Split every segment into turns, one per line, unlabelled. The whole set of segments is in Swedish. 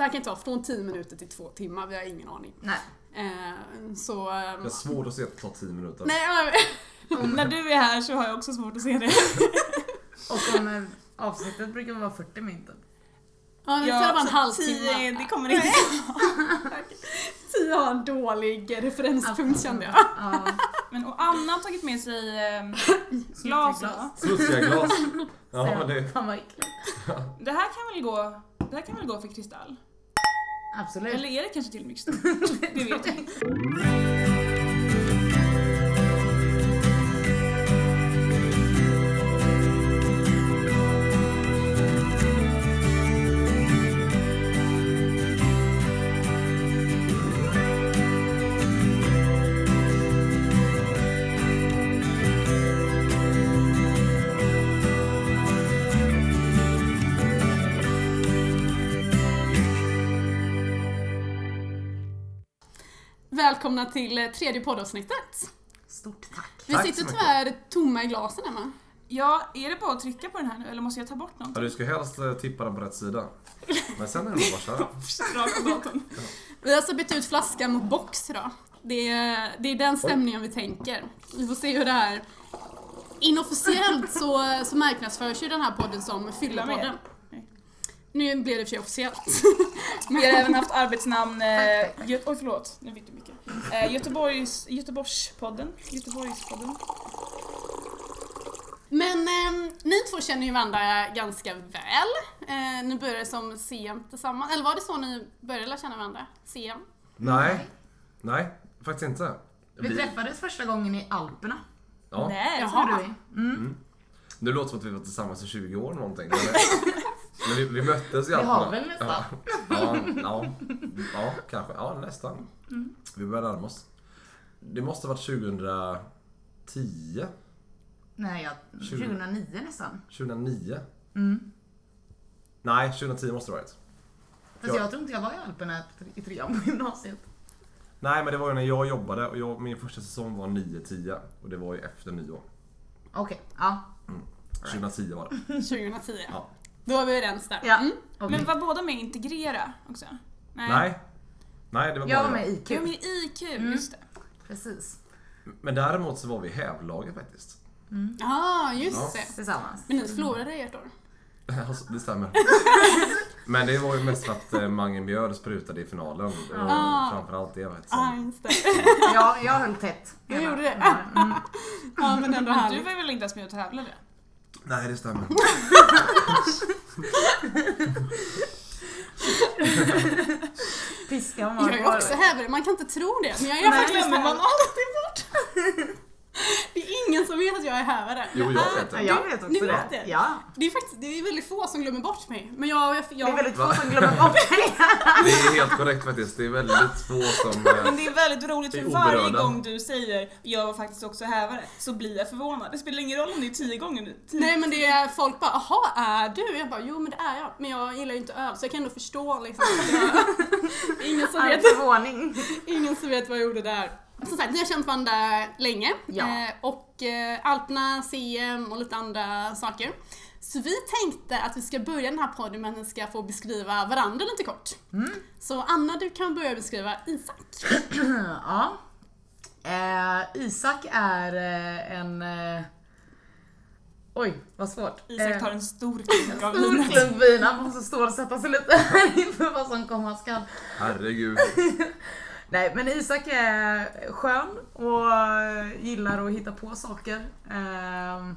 Det här kan ta från 10 minuter till 2 timmar, vi har ingen aning.
Nej.
Eh, så...
Jag har svårt att se att det tar 10 minuter.
Nej, men-
När du är här så har jag också svårt att se det.
Och om eh, avsnittet brukar vara 40 minuter.
ja, men det tar bara en
så tio,
halvtimme.
det kommer inte
Tio har en dålig referenspunkt kände jag.
Ja,
Men och Anna har tagit med sig ehm, glas.
glas.
Smutsiga glas. Ja,
så
men det...
Fan vad äckligt.
Det här kan väl gå Det här kan väl gå för kristall?
Absolut.
Eller är det kanske till och med kristall? Det vet jag inte.
Välkomna till eh, tredje poddavsnittet.
Stort tack.
Vi
Tack så
sitter
mycket.
tyvärr tomma i glasen Emma.
Ja, är det bara att trycka på den här nu eller måste jag ta bort något?
Ja, du ska helst eh, tippa den på rätt sida. Men sen är det nog bara att köra.
Rakt på datorn.
Vi har alltså bytt ut flaskan mot box idag. Det är, det är den stämningen vi tänker. Vi får se hur det här... Inofficiellt så, så marknadsförs ju den här podden som Fyllepodden.
Nej.
Nu blev det i och för sig officiellt.
Vi har även haft arbetsnamn, eh, Gö- oj förlåt, nu fick du mycket. Eh, Göteborgs, Göteborgspodden, Göteborgspodden.
Men eh, ni två känner ju varandra ganska väl. Eh, ni började som CM tillsammans, eller var det så ni började lära känna varandra? CM?
Nej. Nej, faktiskt inte.
Vi träffades första gången i Alperna.
Ja.
Nej,
Jaha.
så-
Gjorde vi. Mm.
Nu låter det som att vi var tillsammans i 20 år någonting. eller? Men vi, vi möttes i
Vi
alla
har
fall.
väl nästan.
Ja, ja, ja, kanske. Ja, nästan.
Mm.
Vi börjar närma oss. Det måste ha varit 2010,
Nej, jag, 2009 nästan.
2009.
Mm.
Nej, 2010 måste det ha varit.
Fast
Ja.
jag tror inte jag var i Alperna i trean på gymnasiet.
Nej, men det var ju när jag jobbade och jag, min första säsong var 9-10 och det var ju efter nyår.
Okej, ja.
2010 var
Mm.
det.
2010.
Ja.
Då var vi överens där.
Ja.
Mm.
Okej.
Men var båda med i Integrera också?
Nej. Nej, det var
Jag
bara
var med i IQ.
Du var med i IQ, just det.
Precis.
Men däremot så var vi i hävlaget faktiskt.
Ja, just
Ja.
det.
Tillsammans.
Men ni förlorade ert år.
Alltså, det stämmer. Men det var ju mest för att eh, Mange Björn sprutade i finalen. Och
Ah.
Framförallt det. Vet,
Ja,
som,
just det.
Jag, jag höll tätt.
Jag gjorde det.
Mm.
Ja, men ändå
Men du
han.
var väl inte ens med och tävlade?
nej, det stämmer.
Piska om
Jag är också hävare, man kan inte tro det. Men jag är faktiskt
glömmer man
hävare.
alltid bort?
Det är ingen som vet att jag är hävare.
Jo, jag vet
Ja,
det.
jag vet också
Ni
det.
vet det?
Ja.
Det är faktiskt det är väldigt få som glömmer bort mig. Men jag... jag,
Det är
jag
väldigt få som glömmer bort det.
Det är helt korrekt faktiskt. Det är väldigt få som... eh,
Men det är väldigt roligt
Det
för
är
varje
oberörda.
gång du säger jag var faktiskt också hävare så blir jag förvånad. Det spelar ingen roll om det är tio gånger nu. Tio.
nej men det är folk bara “Jaha, är du?” Jag bara “Jo men det är jag, men jag gillar ju inte öl så jag kan ändå förstå liksom”. att jag- Det är ingen som
All
vet
förvåning.
Ingen som vet vad jag gjorde där. Som sagt, ni har känt varandra länge.
Ja.
Eh, och eh, Alperna, CM och lite andra saker. Så vi tänkte att vi ska börja den här podden med att ni ska få beskriva varandra lite kort. Så Anna, du kan börja beskriva Isak.
Ja. Eh, Isak är eh, en... Eh, oj, vad svårt.
Isak tar en stor klunk av
Eh. stor
vinet.
klump vin. Han måste stålsätta sig lite här inför vad som komma skall.
Herregud.
Nej, men Isak är skön och gillar att hitta på saker. Eh,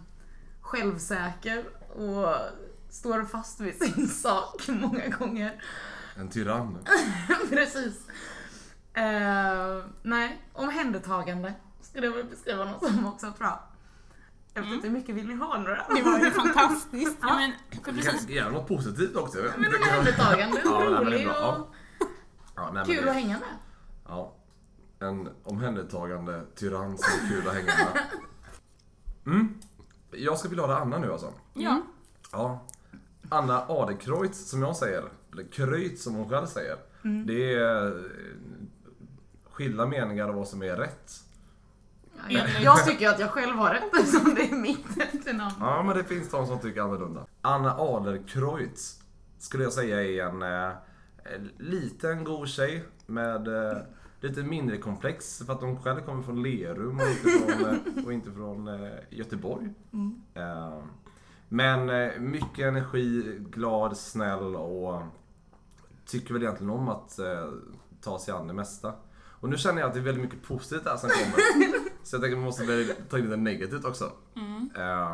självsäker och står fast vid sin sak många gånger.
En tyrann.
Precis. Eh, nej, omhändertagande skulle jag väl beskriva något som också tror jag. Jag vet inte hur mycket vill ni ha nu då?
Det Mm. var ju fantastiskt.
Ja, men, för
Du
precis,
kan göra något positivt också.
Men omhändertagande,
Ja, nej, men det är
rolig
bra. Ja.
och
Ja, nej, men
kul
det-
att hänga med.
Ja. En omhändertagande tyrann som är kul att hänga med. Mm. Jag ska vilja ha det Anna nu alltså.
ja.
Mm.
Ja. Anna Adekreutz som jag säger, eller Kreutz som hon själv säger. Det är eh, skilda meningar om vad som är rätt.
Jag, jag tycker ju att jag själv har rätt eftersom det är mitt efternamn.
Ja, men det finns de som tycker annorlunda. Anna Adlercreutz skulle jag säga är en eh, eh, liten god tjej med eh, lite mindre komplex för att hon själv kommer från Lerum och inte från, eh, och inte från eh, Göteborg. Eh, men eh, mycket energi, glad, snäll och tycker väl egentligen om att eh, ta sig an det mesta. Och nu känner jag att det är väldigt mycket positivt här som kommer. Så jag tänker att man måste väl ta in det negativt också. Eh,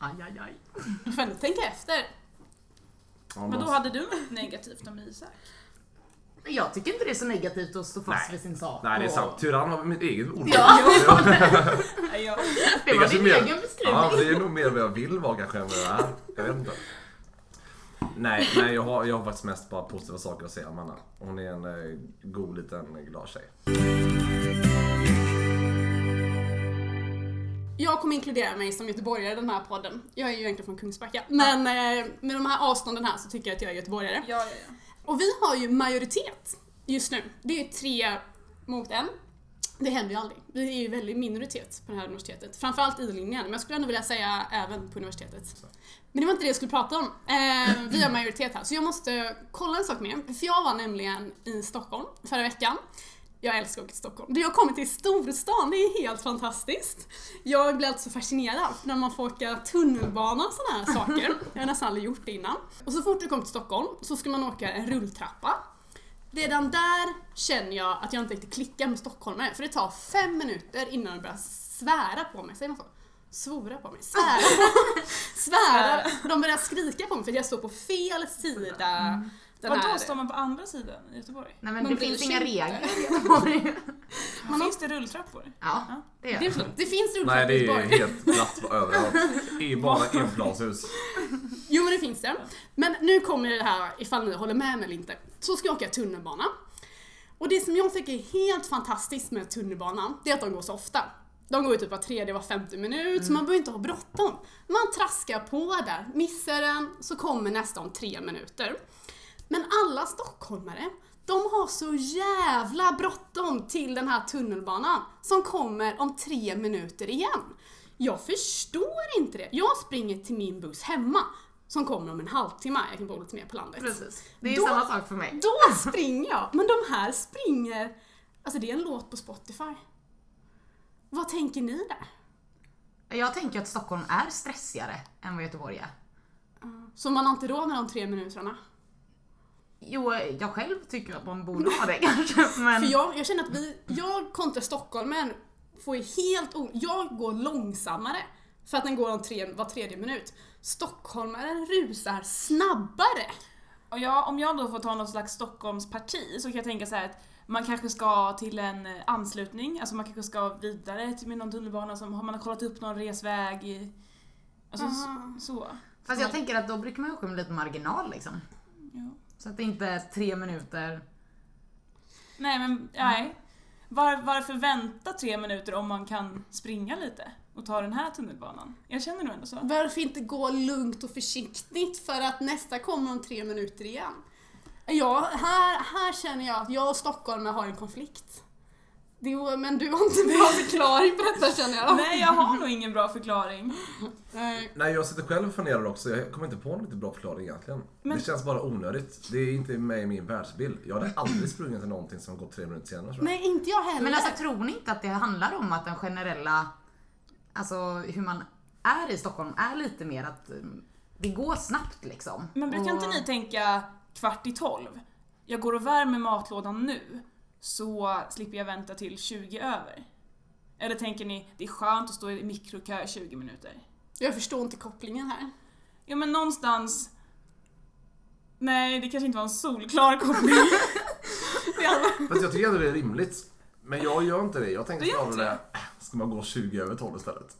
Aj, aj, aj.
Du får ändå tänka efter.
ja,
Men då
man-
hade du något negativt om Isak?
Men Jag tycker inte det är så negativt att stå fast
Nej.
vid sin sak.
Nej det är
och-
sant, tyrann var mitt eget ord.
Ja.
Nej, jag-
Det var
kanske
din
mer-
egen beskrivning.
Ja, det är nog mer vad jag vill vara kanske än vad jag är. Jag vet inte. Nej, nej jag, har, jag har faktiskt mest bara positiva saker att säga om Anna. Hon är en eh, god liten eh, glad tjej.
Jag kommer inkludera mig som göteborgare i den här podden. Jag är ju egentligen från Kungsbacka. Men eh, med de här avstånden här så tycker jag att jag är göteborgare.
Ja, ja, ja.
Och vi har ju majoritet just nu. Det är tre mot en. Det händer ju aldrig. Vi är ju väldigt minoritet på det här universitetet. Framförallt i linjen, men jag skulle ändå vilja säga även på universitetet. Men det var inte det jag skulle prata om. Eh, vi har majoritet här, så jag måste kolla en sak med er. För jag var nämligen i Stockholm förra veckan. Jag älskar att åka till Stockholm. Du har kommit till storstan, det är helt fantastiskt. Jag blir alltså fascinerad när man får åka tunnelbana och sådana här saker. Jag har nästan aldrig gjort det innan. Och så fort du kommer till Stockholm så ska man åka en rulltrappa. Redan där känner jag att jag inte riktigt klickar med stockholmare för det tar fem minuter innan de börjar svära på mig, säger man så? Svora på mig? Svära på Svära! De börjar skrika på mig för att jag står på fel sida. Mm. Den
Vadå
här-
står man på andra sidan i Göteborg?
Nej men
Man
det
bryr
finns
sig
inga
inte.
regler.
Finns det rulltrappor?
ja, det gör
det, är
det.
fint. det finns
Nej
rulltrappor i Göteborg.
det är helt platt på överallt. Det är bara enplanshus.
Jo men det finns det. Men nu kommer det här ifall ni håller med mig eller inte. Så ska jag åka tunnelbana. Och det som jag tycker är helt fantastiskt med tunnelbanan, det är att de går så ofta. De går ju typ var tredje, var femte minut, så man behöver inte ha bråttom. Man traskar på där, missar den så kommer nästa om tre minuter. Men alla stockholmare, de har så jävla bråttom till den här tunnelbanan som kommer om tre minuter igen. Jag förstår inte det. Jag springer till min buss hemma som kommer om en halvtimme. Jag kan bo lite mer på landet.
Precis. Det är ju
Då-
samma sak för mig.
Då springer jag! Men de här springer... Alltså det är en låt på Spotify. Vad tänker ni där?
Jag tänker att Stockholm är stressigare än vad Göteborg är.
Så man har inte råd med de tre minuterna?
Jo, jag själv tycker att man borde ha det kanske, men...
För jag, jag känner att vi, jag kontra stockholmen får ju helt o- Jag går långsammare för att den går om tre, var tredje minut. Stockholmaren rusar snabbare.
Och jag, om jag då får ta något slags Stockholmsparti så kan jag tänka så här att man kanske ska till en eh, anslutning, alltså man kanske ska vidare till med någon tunnelbana, som har man kollat upp någon resväg. i- Alltså
Aha.
så. så.
Fast jag tänker att då brukar man ju åka med lite marginal liksom.
Ja.
Så att det inte är tre minuter.
Nej men nej. Var, varför vänta tre minuter om man kan springa lite och ta den här tunnelbanan? Jag känner nog ändå så.
Varför inte gå lugnt och försiktigt för att nästa kommer om tre minuter igen? Ja, här, här känner jag att jag och stockholmare har en konflikt. Det, var- men du har inte en bra förklaring på detta känner jag.
Nej jag har nog ingen bra förklaring.
Nej.
Nej jag sitter själv och funderar också, jag kommer inte på en riktigt bra förklaring egentligen.
Men-
Det känns bara onödigt. Det är inte med i min världsbild. Jag hade aldrig sprungit till någonting som gått tre minuter senare tror jag.
Nej, inte jag heller.
Men alltså tror ni inte att det handlar om att den generella, alltså hur man är i Stockholm är lite mer att um, det går snabbt liksom.
Men brukar inte
Och-
ni tänka kvart i tolv? Jag går och värmer matlådan nu så slipper jag vänta till 20 över. Eller tänker ni, det är skönt att stå i mikrokö i 20 minuter?
Jag förstår inte kopplingen här.
Ja men någonstans... Nej, det kanske inte var en solklar koppling. Det hade-
Fast jag tycker ändå det är rimligt. Men jag gör inte det. Jag tänker
Du gör inte
snarare, äh, ska man gå 20 över 12 istället?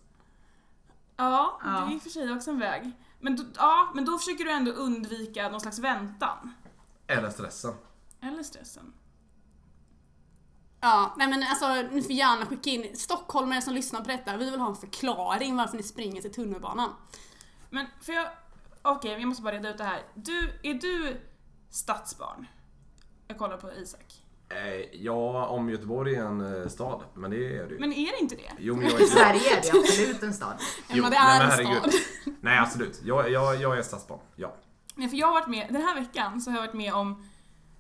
ja, det
Ja.
är i och för sig också en väg. Men då, ja, men då försöker du ändå undvika någon slags väntan.
Eller stressen.
Eller stressen.
Ja, nej men alltså ni får gärna skicka in stockholmare som lyssnar på detta. Vi vill ha en förklaring varför ni springer till tunnelbanan.
Men för jag... Okej, jag måste bara reda ut det här. Du, är du stadsbarn? Jag kollar på Isak.
Eh, Ja, om Göteborg är en eh, stad. Men det är det ju.
Men är det inte det?
Jo, men jag
I
är
Sverige är det absolut en stad.
Emma, det
nej,
är en
men herregud.
stad.
Nej, absolut. Jag, jag, jag är stadsbarn. Ja.
Nej, för jag har varit med, den här veckan så har jag varit med om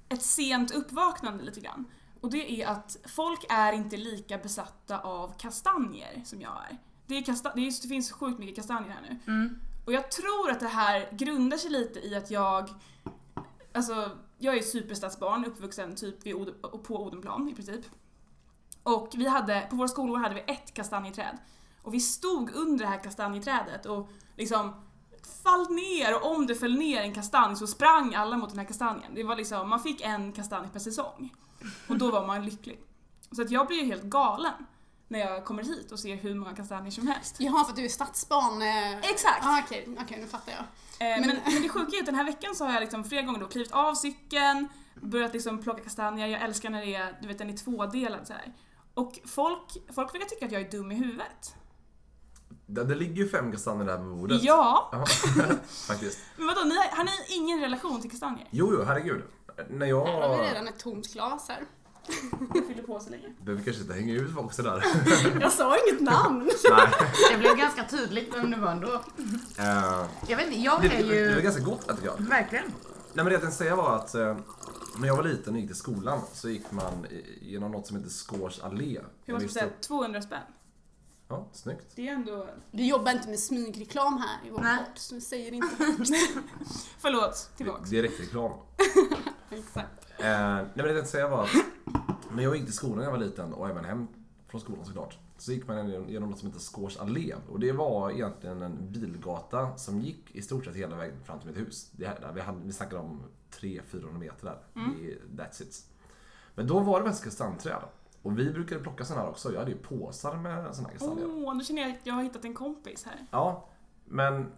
ett sent uppvaknande lite grann. Och det är att folk är inte lika besatta av kastanjer som jag är. Det, är kasta, det, är, det finns sjukt mycket kastanjer här nu.
Mm.
Och jag tror att det här grundar sig lite i att jag, alltså jag är superstadsbarn, uppvuxen typ vid Od- och på Odenplan i princip. Och vi hade, på våra skolor hade vi ett kastanjeträd. Och vi stod under det här kastanjeträdet och liksom fall ner och om det föll ner en kastanj så sprang alla mot den här kastanjen. Det var liksom, man fick en kastanj per säsong. Och då var man lycklig. Så att jag blir ju helt galen när jag kommer hit och ser hur många kastanjer som helst.
Jaha, för att du är stadsbarn? eh.
Exakt!
Ah, Okej, okej, nu fattar jag.
Eh, men,
Men-
men det sjuka är att den här veckan så har jag liksom flera gånger då klivit av cykeln, börjat liksom plocka kastanjer, jag älskar när det är, du vet den är tvådelad så här. Och folk, folk verkar tycka att jag är dum i huvudet.
Det, det ligger ju fem kastanjer där på bordet.
Ja!
Ja, faktiskt.
Men vadå, ni har, har ni ingen relation till kastanjer?
Jo, jo, herregud. När
Här har vi
jag...
redan ett tomt glas här.
Jag fyller på så länge.
Behöver kanske inte hänga ut folk sådär.
Jag sa inget namn!
Nej.
Det blev ganska tydligt men det var ändå...
Eh,
Jag vet inte, jag
det,
är
det var
ju...
ganska gott, tycker jag.
Verkligen.
Nej men det jag tänkte säga var att eh, när jag var liten och gick till skolan så gick man i- genom något som heter Skårs allé.
Hur man
Jag
ska
visste-
säga 200 spänn.
Ja, snyggt.
Det är ändå...
Du jobbar inte med smygreklam här i vår
Nej.
podd, så vi säger inte högt.
Förlåt, tillbaks.
Direktreklam.
Exakt.
Eh, nej men det jag tänkte säga var att när jag gick till skolan när jag var liten och även hem från skolan såklart. Så gick man genom- genom något som heter Skårs allé och det var egentligen en bilgata som gick i stort sett hela vägen fram till mitt hus. Det här, vi, hade, vi snackade om 300-400 meter där. Det, that's it. Men då var det mest kastanjträd. Och vi brukade plocka sådana här också. Jag hade ju påsar med sådana här
Åh,
kastanjer.
nu känner jag att jag har hittat en kompis här.
Ja, men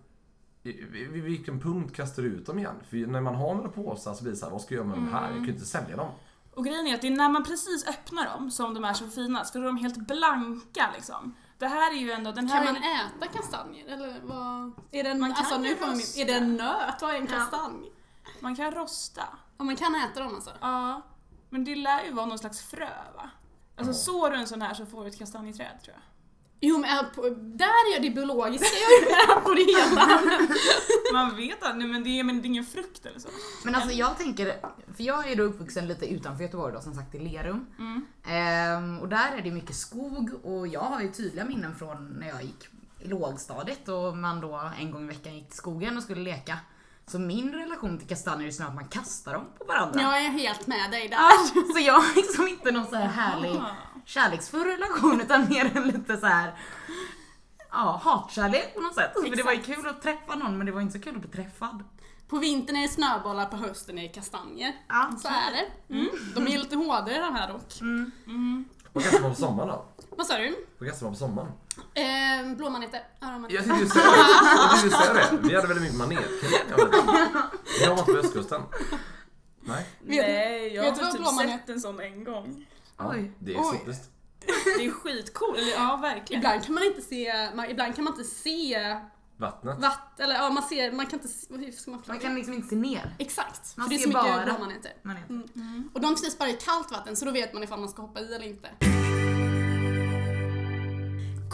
i- i- vid vilken punkt kastar du ut dem igen? För när man har några påsar så blir det så här, vad ska jag göra med de här? Jag kan ju inte sälja dem.
Och grejen är att det är när man precis öppnar dem som de är som finast, för då är de helt blanka liksom. Det här är ju ändå, den här...
Kan man äta kastanjer eller vad? Är det en,
Man kan
alltså, nu
ju
kommer min,
rosta.
är det en nöt? Vad är en
Ja.
kastanj?
man kan rosta.
Ja, man kan äta dem alltså.
Ja. Men det lär ju vara någon slags frö va? Alltså
Ja.
sår du en sån här så får du ett kastanjeträd tror jag.
Jo men äh, på- där är det biologiska jag är med på det hela.
Man vet att, nej men det är, men det är ingen frukt eller så.
Men alltså jag tänker, för jag är då uppvuxen lite utanför Göteborg då som sagt i Lerum.
Mm.
Ehm, och där är det mycket skog och jag har ju tydliga minnen från när jag gick i lågstadiet och man då en gång i veckan gick till skogen och skulle leka. Så min relation till kastanjer är snarare att man kastar dem på varandra.
Jag är helt med dig där.
Ja, så jag har liksom inte någon så här härlig
Ah.
kärleksfull relation utan mer en lite så här ja, hatkärlek på något sätt. För det var ju kul att träffa någon men det var inte så kul att bli träffad.
På vintern är det snöbollar, på hösten är det kastanjer.
Ja.
Så är det. Mm. De är lite hårdare de här dock.
Vad kastar man på sommaren då?
Vad sa du?
Vad kastar man på sommaren?
Eh, blåmaneter, öronmaneter.
Jag tänkte ju säga, jag tänkte ju säga det. Vi hade väldigt mycket manetkrig. Jag vet inte. Vi har varit på östkusten. Nej.
Vet-
nej, jag
vet du
har
vad
typ
blåman är?
sett en sån en gång.
Ja,
Oj.
det är
Oj.
exotiskt.
Det är skitcoolt, eller ja verkligen.
Ibland kan man inte se, man, ibland kan man inte se
Vattnet.
vatten, eller ja man ser, man kan inte se, hur ska man
Man
förklara
kan
det?
liksom inte se ner.
Exakt,
man
för det är
ser
så mycket
bara.
blåmaneter.
Man är-
Och de finns bara i kallt vatten så då vet man ifall man ska hoppa i eller inte.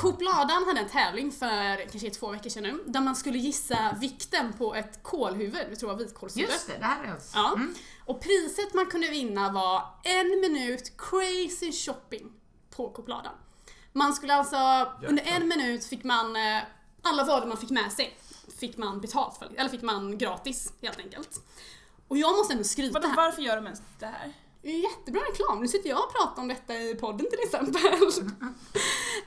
Kopladan hade en tävling för kanske två veckor sedan nu där man skulle gissa vikten på ett kålhuvud, vi tror det var vitkålshuvud.
Just det, det här är jag.
Ja. Och priset man kunde vinna var en minut crazy shopping på Kopladan. Man skulle alltså, under en minut fick man, eh, alla varor man fick med sig fick man betalt för, eller fick man gratis helt enkelt. Och jag måste ändå skryta
Vadå,
här.
varför gör de ens det här?
Det är Jättebra reklam, nu sitter jag och pratar om detta i podden till exempel.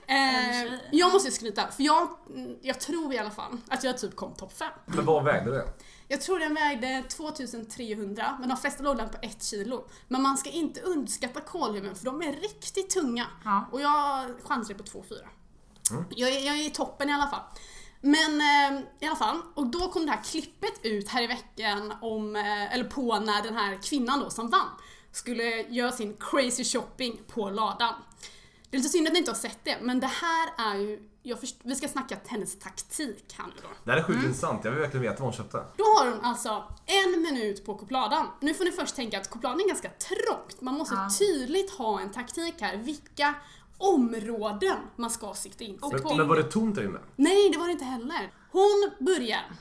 eh, jag måste ju skryta, för jag, mm, jag tror i alla fall att jag typ kom topp 5.
Men vad vägde det?
Jag tror den vägde 2300, men de flesta låg den på 1 kilo. Men man ska inte underskatta kolhyven för de är riktigt tunga.
Ja.
Och jag chansade på 2,4. Jag, är- jag är i toppen i alla fall. Men eh, i alla fall, och då kom det här klippet ut här i veckan om, eh, eller på när den här kvinnan då som vann skulle göra sin crazy shopping på ladan. Det är lite synd att ni inte har sett det, men det här är ju, jag först, vi ska snacka hennes taktik här nu då.
Det här är sjukt intressant. Jag vill verkligen veta vad hon köpte.
Då har hon alltså en minut på kopladan. Nu får ni först tänka att kopladan är ganska trångt. Man måste
Ja.
tydligt ha en taktik här, vilka områden man ska sikta in sig
Och
på.
Men, men var det tomt där inne?
Nej, det var det inte heller. Hon börjar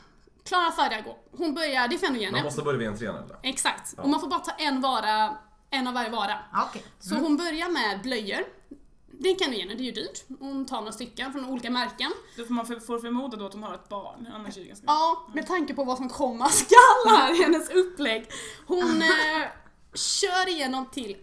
Klara för dig att gå. Hon börjar, det får jag nog ge
Man
henne.
måste börja vid en tränare.
Exakt.
Ja.
Och man får bara ta en vara, en av varje vara.
Ja, Okej.
Så
Mm.
hon börjar med blöjor. Det kan du ge henne, det är ju dyrt. Hon tar några stycken från olika märken.
Då får man för, får förmoda då att hon har ett barn, annars är det ganska
Ja, med tanke på vad som komma skall här i hennes upplägg. Hon eh, kör igenom till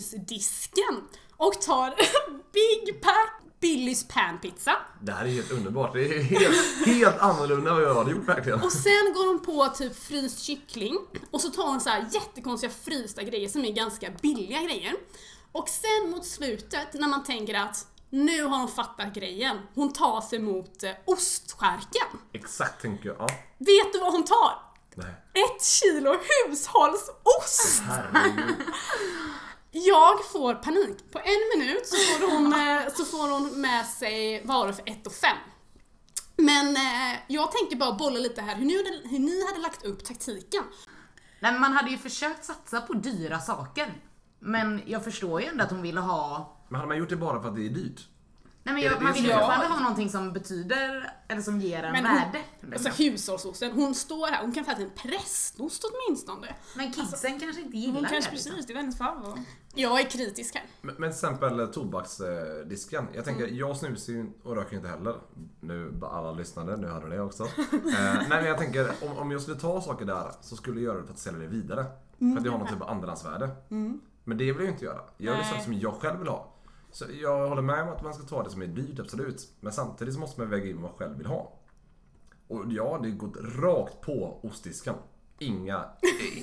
frysdisken och tar Big Pack Billys panpizza.
Det här är helt underbart. Det är helt, helt annorlunda än vad jag hade gjort verkligen.
Och sen går hon på typ fryst kyckling och så tar hon så här jättekonstiga frysta grejer som är ganska billiga grejer. Och sen mot slutet när man tänker att nu har hon fattat grejen. Hon tar sig mot eh, ostskärken.
Exakt tänker jag. Ja.
Vet du vad hon tar?
Nej.
Ett kilo hushållsost!
Herregud.
Jag får panik. På en minut så får hon, eh, så får hon med sig varor för 1 fem. Men eh, jag tänker bara bolla lite här hur ni, hade- hur ni hade lagt upp taktiken.
Nej, men man hade ju försökt satsa på dyra saker. Men jag förstår ju ändå att hon ville ha
Men hade man gjort det bara för att det är dyrt?
Nej men
Är det
jag,
det
man
som
vill ju
gör
fortfarande ha någonting som betyder, eller som ger en
Men hon-
värde.
Alltså hushållsosten, hon står här, hon kan få äta en prästost åtminstone.
Men kidsen kanske inte
Hon
gillar det.
kanske
här, liksom.
precis, det var hennes favorit.
Jag är kritisk här.
Men, men till exempel eh, tobaksdisken. Jag tänker,
Mm.
jag snusar ju och röker ju inte heller. Nu, bara alla lyssnade, nu hörde ni det också. eh, nej men jag tänker, om, om jag skulle ta saker där så skulle jag göra det för att sälja det vidare. För att jag har någon typ av andrahandsvärde. Men det vill jag ju inte göra. Jag vill
Mm. Nej.
saker som jag själv vill ha. Så jag håller med om att man ska ta det som är dyrt, absolut. Men samtidigt så måste man väga in vad man själv vill ha. Och ja, det har gått rakt på ostdisken. Inga,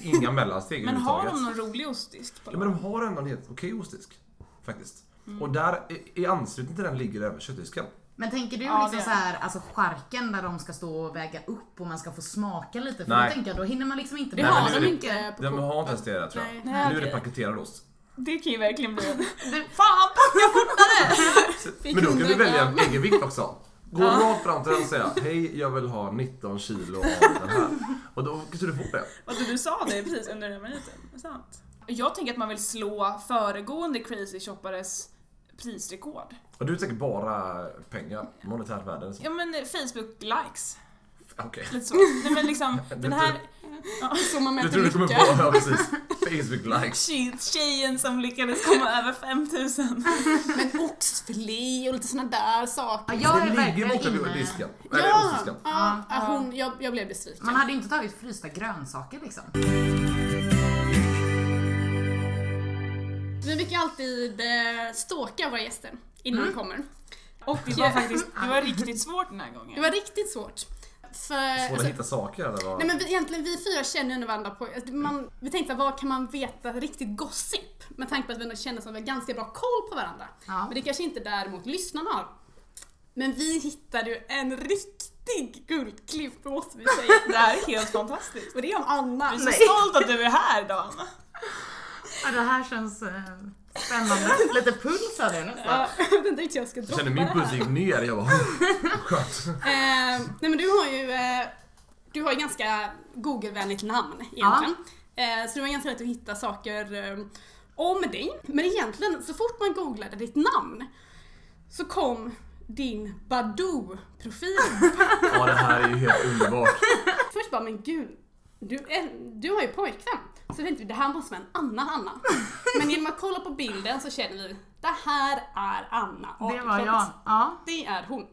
inga mellansteg
Men har
överhuvudtaget.
de någon rolig ostdisk? på
Ja, men de har ändå en helt okej ostdisk. Faktiskt. Och där i- i anslutning till den ligger även köttdisken.
Men tänker du
Ja,
liksom
det-
så här, alltså skärken där de ska stå och väga upp och man ska få smaka lite? För
Nej.
då tänker jag, då hinner man liksom inte
Det
Nej, men
har
nu är
de
det-
inte på
De
kort.
har inte ens det där tror jag.
Nej,
Nu är det
okej.
paketerad ost.
Det kan ju verkligen bli en...
Du, Fan packa fortare!
Vi
Men då kan
kunde
vi välja
inte-
en egen vikt också. Gå rakt fram till den och säga Hej, jag vill ha 19 kilo av den här. Och då kanske du får det.
Vad du sa det precis under den här minuten. Det är Sant. Jag tänker att man vill slå föregående crazy shoppares prisrekord.
Och du tänker bara pengar, monetärt värde. eller så.
Ja men eh, Facebook likes.
Okej.
Lite så. Nej men liksom den här
Så man
Du
mäter
tror du kommer
lycka.
på, ja precis. Facebook likes.
tje- tjejen som lyckades komma över 5000.
Men oxfilé och lite såna där saker.
Ja, jag är
Det ligger
verkligen
borta
inne.
vid disken. Eller
Ja,
ostdisken.
ja, ja, hon, jag, jag blev besviken.
Man hade ju inte tagit frysta grönsaker liksom.
Vi brukar alltid eh, stalka våra gäster innan de kommer.
Och det var faktiskt det var riktigt svårt den här
Det
gången.
var riktigt svårt. För,
Svårt
alltså,
att hitta saker eller vad?
nej men vi, egentligen vi fyra känner ju ändå varandra på... att Man, vi tänkte vad kan man veta riktigt gossip? Med tanke på att vi ändå känner som vi har ganska bra koll på varandra.
Ja.
Men det kanske inte däremot lyssnarna har. Men vi hittade ju en riktig guldklimp, det måste vi säga.
Det här är helt fantastiskt.
Och det är om Anna.
Jag är så stolt att du är här idag Anna.
Ja, det här känns eh, spännande. Lite puls hade jag nästan.
Jag vet inte riktigt hur jag ska
Jag
droppa
kände
det
min
här.
puls gick ner. Jag bara, skönt.
Eh, nej men du har ju eh, Du har ju ganska Google-vänligt namn egentligen. Eh, så det var ganska lätt att hitta saker eh, om dig. Men egentligen, så fort man googlade ditt namn så kom din Badoo-profil.
Ja, det här är ju helt underbart.
Först bara, men gud, du, är, du har ju pojkvän. Så tänkte vi, det här måste vara en Anna-Hanna. Men genom att kolla på bilden så känner vi, det här är Anna.
Det var
Adelsohn.
jag. Ja.
Det är hon.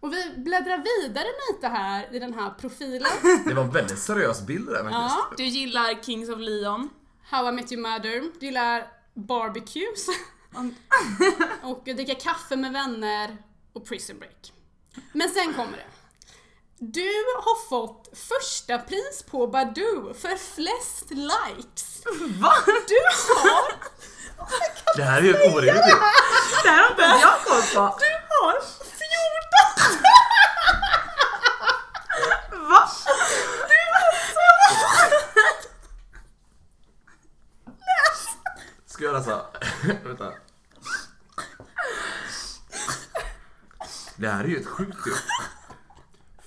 Och vi bläddrar vidare lite här i den här profilen.
Det var en väldigt seriös bild det där faktiskt.
Ja.
Du gillar Kings of Leon.
How I Met Your Mother. Du gillar barbecues.
Mm.
och dricka kaffe med vänner och prison break. Men sen kommer det. Du har fått första pris på Badoo för flest likes.
Va?
Du har,
Det här är ju helt orimligt.
Det här har inte ens jag koll på.
du har 14
Va?
Ska jag göra så? Vänta. Det här är ju ett sjukt typ.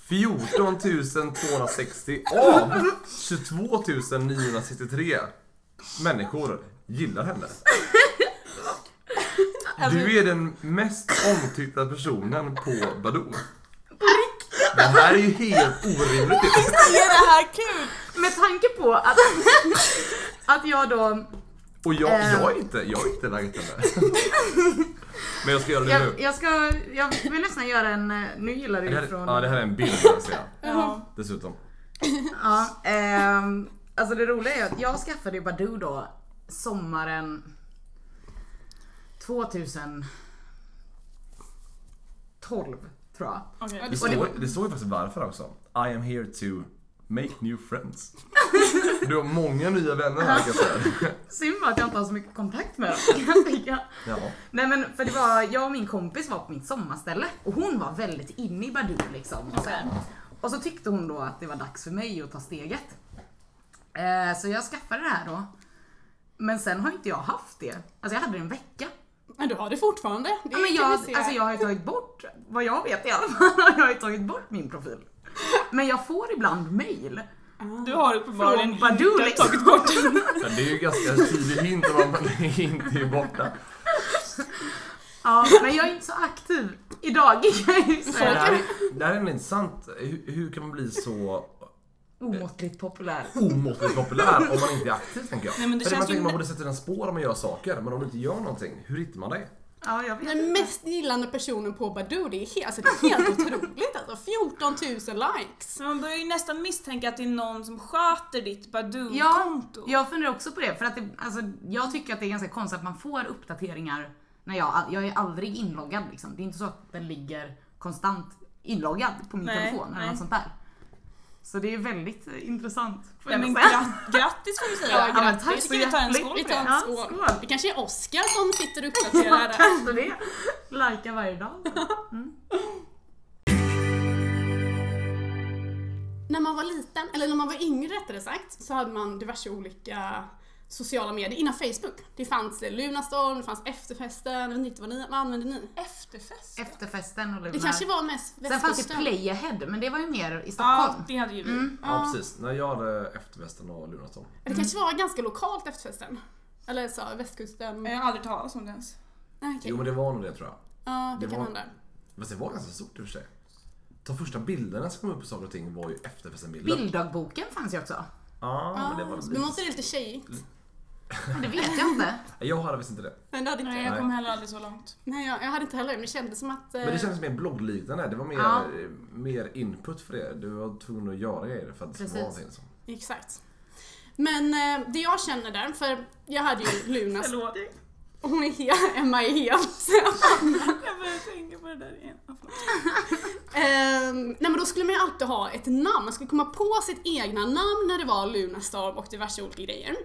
ju. 14 260 av 22 963 människor gillar henne. Du är den mest omtyckta personen på Badoo.
På riktigt?
Det här är ju helt orimligt.
Är det här kul?
Med tanke på att, att jag då,
Och jag, jag är inte, jag är inte vegetarian. Men jag ska göra det
jag,
nu.
jag ska, jag vill nästan göra en, eh, nu gillar du
Det
ju
här,
från...
ja, det här är en bild kan jag säga.
Ja.
Dessutom.
Ja, ehm, alltså det roliga är att jag skaffade ju Badoo då sommaren 2012 tror jag.
Okej.
Det står, det står ju faktiskt varför också. I am here to make new friends. Du har många nya vänner här kan jag säga.
Synd bara att jag inte har så mycket kontakt med dem kan jag tycka.
Ja.
Nej men för det var, jag och min kompis var på mitt sommarställe och hon var väldigt inne i Badoo liksom. Och så, här. och så tyckte hon då att det var dags för mig att ta steget. Eh, så jag skaffade det här då. Men sen har inte jag haft det. Alltså jag hade det en vecka.
Men du har det fortfarande. Det
Ja,
kan
men jag,
vi se.
alltså jag har ju tagit bort, vad jag vet i alla fall, har jag ju tagit bort min profil. Men jag får ibland mail
Du har
från
uppenbarligen
Badoo liksom.
tagit bort den.
Men det är ju ganska tydlig hint om att man inte är borta.
Ja, men jag är inte så aktiv idag kan jag ju
Det
säga.
här, det här är intressant. Hur, hur kan man bli så
Omåttligt populär.
omåttligt populär om man inte är aktiv tänker jag.
Nej, men det
För
känns
man
ju
tänker man
inte-
borde sätta sina spår om man gör saker, men om du inte gör någonting, hur hittar man dig?
Ja, jag vet.
Den mest gillande personen på Badoo, det är helt, alltså, det är helt otroligt alltså. 14 000 likes.
Så man börjar ju nästan misstänka att det är någon som sköter ditt
Ja,
Badoo-konto.
jag funderar också på det, för att det, alltså, jag tycker att det är ganska konstigt att man får uppdateringar när jag, jag är aldrig inloggad liksom. Det är inte så att den ligger konstant inloggad på min
Nej,
telefon eller
nej.
något sånt där. Så det är väldigt eh, intressant. får
Nej,
jag
men
säga.
gra- grattis får vi säga.
Ja,
men
grattis.
tack
Ska vi ta en skål
Vi
på det?
tar
Ja,
en skål.
skål.
Det kanske är Oscar som sitter och
Ja,
uppdaterar det.
kanske det. Lajka varje dag.
När man var liten, eller när man var yngre rättare sagt, så hade man diverse olika sociala medier innan Facebook. Det fanns eh, Lunarstorm, det fanns efterfesten, jag vet inte vad, ni, vad använde ni?
Efterfest?
Efterfesten och
Det
lunar.
kanske var mest
Sen fanns det
västkusten.
Playahead, men det var ju mer i
Ja,
Stockholm.
det hade ju vi.
Mm.
Ja precis, när jag hade eftervästen och Lunarstorm.
Det kanske var ganska lokalt efterfesten. Eller så, västkusten.
Jag har aldrig talat om det ens.
Nej, okej.
Jo men det var nog det tror jag.
Ja, det,
det
kan
var-
hända.
Fast det var ganska stort i och för sig. De första bilderna som kom upp på saker och ting var ju efterfesten-bilder.
Bilddagboken fanns ju också.
Ja, men det
Ah, så-
var lite... Mm.
Men var inte det lite tjejigt?
Men det vet jag inte.
Nej, Jag hade visst inte det.
Men det hade inte
Nej,
jag.
jag kom heller aldrig så långt.
Nej, jag, jag hade inte heller det, men det kändes som att... eh,
Men det kändes mer bloggliknande. Det var mer,
Ja.
mer input för det. Du var tvungen att göra grejer för att det
Precis.
skulle vara någonting. Som.
Exakt. Men eh, det jag känner där, för jag hade ju Lunas...
Förlåt.
Hon är helt... Emma är helt...
Jag börjar tänka på det där igen. Ja, förlåt.
Ehm, nej men då skulle man ju alltid ha ett namn, man skulle komma på sitt egna namn när det var Lunarstorm och diverse olika grejer.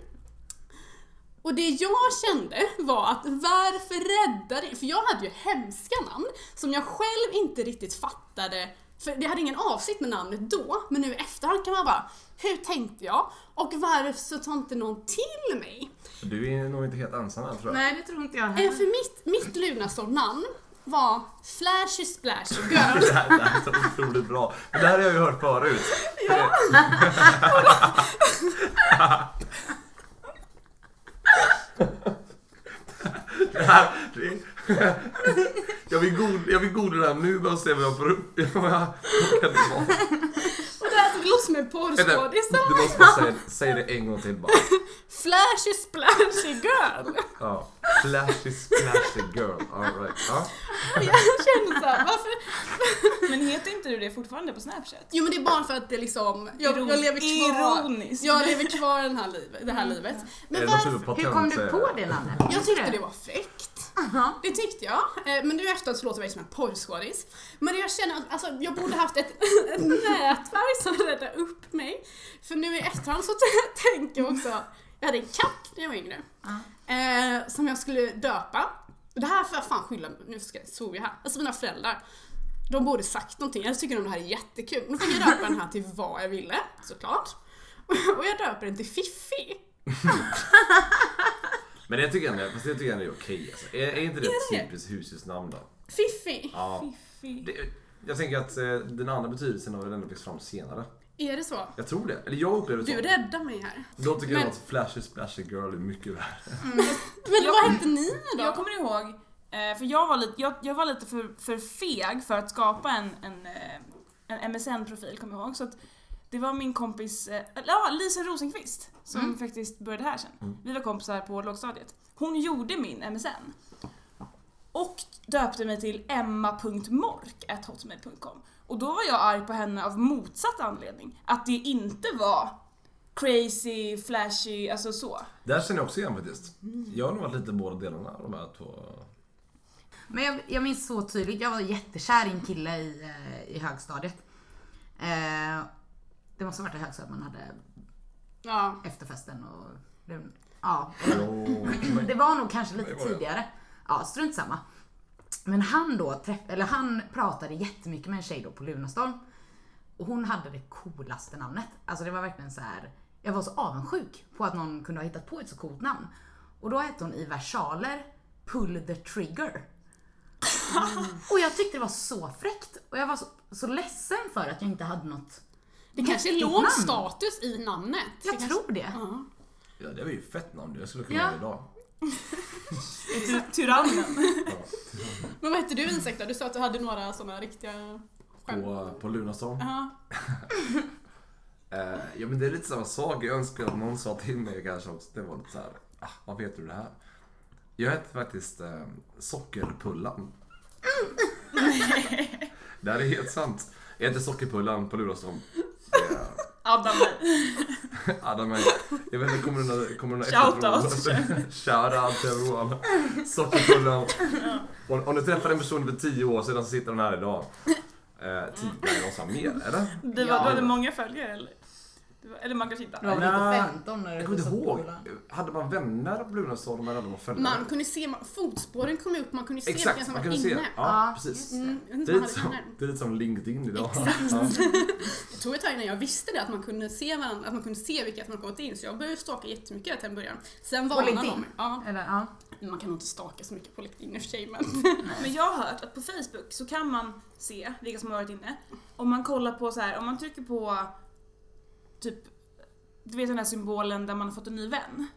Och det jag kände var att varför rädda det? För jag hade ju hemska namn som jag själv inte riktigt fattade, för det hade ingen avsikt med namnet då, men nu i efterhand kan man bara, hur tänkte jag? Och varför så tar inte någon till mig?
Du är nog inte helt ensam här tror jag.
Nej, det tror inte jag
Eh,
heller.
för mitt, mitt Lunarstorm-namn var Flashy Splashy Girl.
Det här, det här är så otroligt bra. Men det här har jag ju hört förut. Det här, det, jag vill god- jag vill googla nu bara och se vad jag får upp. Vad jag- vad kan det vara?
Och det här såg ut som en
Vänta,
porrskådis eller
Du måste bara säga, säg det en gång till bara.
Flashy splashy girl!
Ja. Flashy splashy girl. All right. Ja.
Och Jag känner såhär, varför?
Men heter inte du det fortfarande på Snapchat?
Jo men det är bara för att det är liksom, jag, jag lever kvar.
Ironiskt.
Jag lever kvar i den här liv, det här livet. Men
Mm. Är det något
varför?
huvudpatent,
Hur kom du
eh,
på det namnet?
Jag tyckte det var fräckt. Det tyckte jag. Eh, Men nu efteråt så låter jag som en porrskådis. Men jag känner att alltså, jag borde haft ett, ett nätverk som räddade upp mig. För nu i efterhand så t- tänker jag också, jag hade en katt när jag var yngre. Eh, som jag skulle döpa. Det här får jag fan skylla, nu ska jag, svor jag här. Alltså mina föräldrar. De borde sagt någonting, jag tycker de det här är jättekul. Nu fick jag döpa den här till vad jag ville, såklart. Och jag döper den till Fiffi.
Men det tycker jag ändå, fast det tycker jag ändå är okej. Alltså. Är, är inte det
Är det?
ett typiskt husdjursnamn då?
Fiffi!
Ja.
Fiffi.
Det, jag tänker att eh, den andra betydelsen har väl ändå växt fram senare.
Är det så?
Jag tror det. Eller jag upplever det
Du
så.
räddar mig här.
Då tycker jag
Men-
att Flashy Splashy Girl är mycket värre.
Men
Jag-
vad hette ni då?
Jag kommer ihåg, eh, för jag var lite, jag, jag var lite för, för feg för att skapa en, en eh, en MSN-profil kommer jag ihåg. Så att det var min kompis, eh, ja Lisa Rosenqvist som
Mm.
faktiskt började här sen.
Mm.
Vi var kompisar på lågstadiet. Hon gjorde min MSN. Och döpte mig till emma.mork.hotmail.com. Och då var jag arg på henne av motsatt anledning. Att det inte var crazy, flashy, alltså så.
Där känner jag också igen faktiskt. Jag har nog varit lite båda delarna, de här två.
Men jag, jag minns så tydligt, jag var jättekär i en kille i, eh, i högstadiet. Eh, det måste ha varit i högstadiet man hade
Ja.
efterfesten och... det- Ja,
Jo, men-
det var nog kanske
Mm. Det
lite
var det.
tidigare. Ja, strunt samma. Men han då, träff, eller han pratade jättemycket med en tjej då på Lunarstorm. Och hon hade det coolaste namnet. Alltså det var verkligen så här. jag var så avundsjuk på att någon kunde ha hittat på ett så coolt namn. Och då hette hon i versaler Pull the trigger. Och jag tyckte det var så fräckt. Och jag var så, så ledsen för att jag inte hade något.
Det kanske är
Mäktigt
låg
namn.
status i namnet.
Jag
Det
tror det.
kanske- Ja.
ja, det var ju fett namn, jag skulle kunna
Ja.
göra idag.
Tyrannen.
Men vad hette du Isak då? Du sa att du hade några sådana riktiga skämt.
På, på Lunarstorm.
Ja.
Eh, ja men det är lite samma sak. Jag önskar att någon sa till mig kanske också. Det var lite såhär, ah, vad vet du det här? Jag hette faktiskt eh, Sockerpullan. det här är helt sant. Jag heter Sockerpullan på Lurastorm. Eh,
Adam
Adam är, jag vet inte, kommer du några, kommer du några
Shout out.
Shoutout till everyone. Sockerpullan. Om, om du träffar en person för tio år sedan så sitter hon här idag. Eh, typ, nej, jag sa mer eller?
Du,
Ja.
var, du hade många följare eller? Du var- Eller man kanske inte
Du var
hade.
väl
Nej,
inte 15 när du
Jag kommer inte
hette
ihåg.
Sockerpullan?
Hade man vänner på Lunarstorm eller hade man följare?
Man kunde se, man- fotspåren kom upp, man kunde se vilka
Exakt,
som
man
var
kunde
inne.
se. Ja,
Ja,
precis.
Mm, jag vet
Det
inte
är,
vad
lite
han
som,
hade innan.
det är lite som LinkedIn idag.
Exakt.
Ja.
Det tog ett tag innan jag visste det, att man kunde se varandra, att man kunde se vilka som hade kommit in. Så jag började stalka jättemycket till en början. Sen
På
varnade
LinkedIn?
de mig. Ja,
Eller, ja.
man kan nog inte stalka så mycket på LinkedIn i och för sig men...
Men jag har hört att på Facebook så kan man se vilka som har varit inne. Om man kollar på så här, om man trycker på typ, du vet den här symbolen där man har fått en ny vän.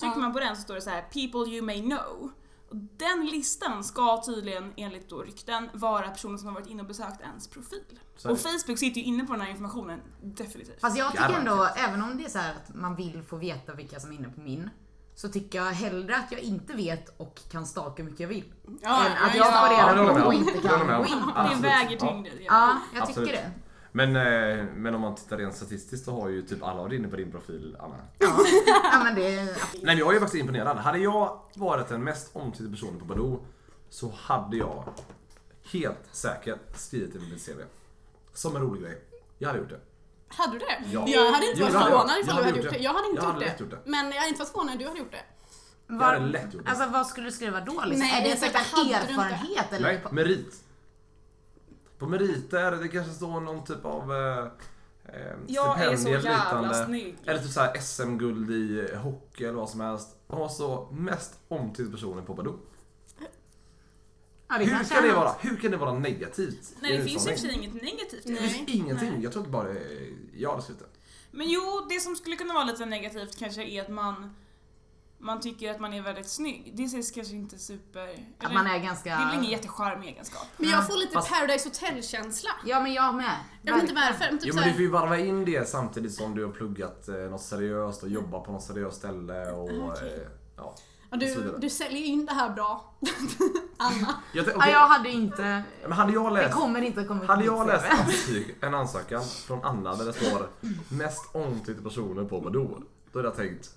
Trycker
Ja.
man på den så står det så här “People you may know”. Och den listan ska tydligen enligt då rykten vara personer som har varit inne och besökt ens profil.
Så här.
Och Facebook sitter ju inne på den här informationen, definitivt.
Fast jag tycker
Garanterat.
ändå, även om det är så här att man vill få veta vilka som är inne på min, så tycker jag hellre att jag inte vet och kan stalka hur mycket jag vill.
Ja,
än att
just
jag
det.
får
Ja, det
reda på
håller jag
och
med om.
inte
Det håller jag
kan
med
gå
om.
in.
det
absolut.
väger
Ja.
tyngre.
Ja, jag
Absolut.
tycker det.
Men, eh, men om man tittar rent statistiskt så har ju typ alla varit inne på din profil, Anna.
Ja. ja, men det...
Nej men jag är faktiskt imponerad. Hade jag varit den mest omtyckta personen på Badoo så hade jag helt säkert skrivit det i mitt CV. Som en rolig grej. Jag hade gjort det.
Hade du det?
Ja.
Jag hade inte
Jo,
varit
det hade jag.
förvånad ifall
Jag
du
hade
hade
gjort
gjort
det.
det. Jag hade inte
Jag hade
gjort
lätt gjort
det.
det.
Men jag hade inte varit förvånad om du hade gjort det.
Jag hade lätt gjort det.
Alltså vad skulle du skriva då? Liksom?
Nej,
är det
jag
typ
tänker,
en
hade du inte-
erfarenhet eller?
Nej, merit. På meriter, det kanske står någon typ av eh, eh,
Jag är så
stipendier
jävla
liknande.
snygg.
Eller typ såhär SM-guld i hockey eller vad som helst. Han var så mest omtyckt personen på Badoo.
Ja,
Hur
kanske
kan
är
det
något.
vara? Hur kan det vara negativt? i
Nej det
en
finns
sån
ju i och för
mängd?
sig inget negativt i
Nej.
det.
Det finns ingenting. Jag tror bara eh, jag hade skrivit det.
Men jo, det som skulle kunna vara lite negativt kanske är att man man tycker att man är väldigt snygg. Det ses kanske inte super...
Att
eller-
man är
Det
ganska...
är väl ingen jättecharmig egenskap.
Men jag får lite
Fast-
Paradise Hotel-känsla.
Ja, men jag med.
Jag vet inte varför. Men typ
Jo
så
men du får
här,
ju varva in det samtidigt som du har pluggat eh, något seriöst och jobbat på något seriöst ställe och...
Ah,
Eh, ja.
ja,
och så
du,
vidare.
du säljer ju in det här bra. Anna.
Jag,
Ah,
tänk-
Ja,
okej,
jag hade inte...
men hade jag
Det
läst
kommer inte att komma ut
Hade
på
jag
mitt
läst
CV.
ansy- en ansökan från Anna där det står mest omtyckta personer på Badoo, då hade jag tänkt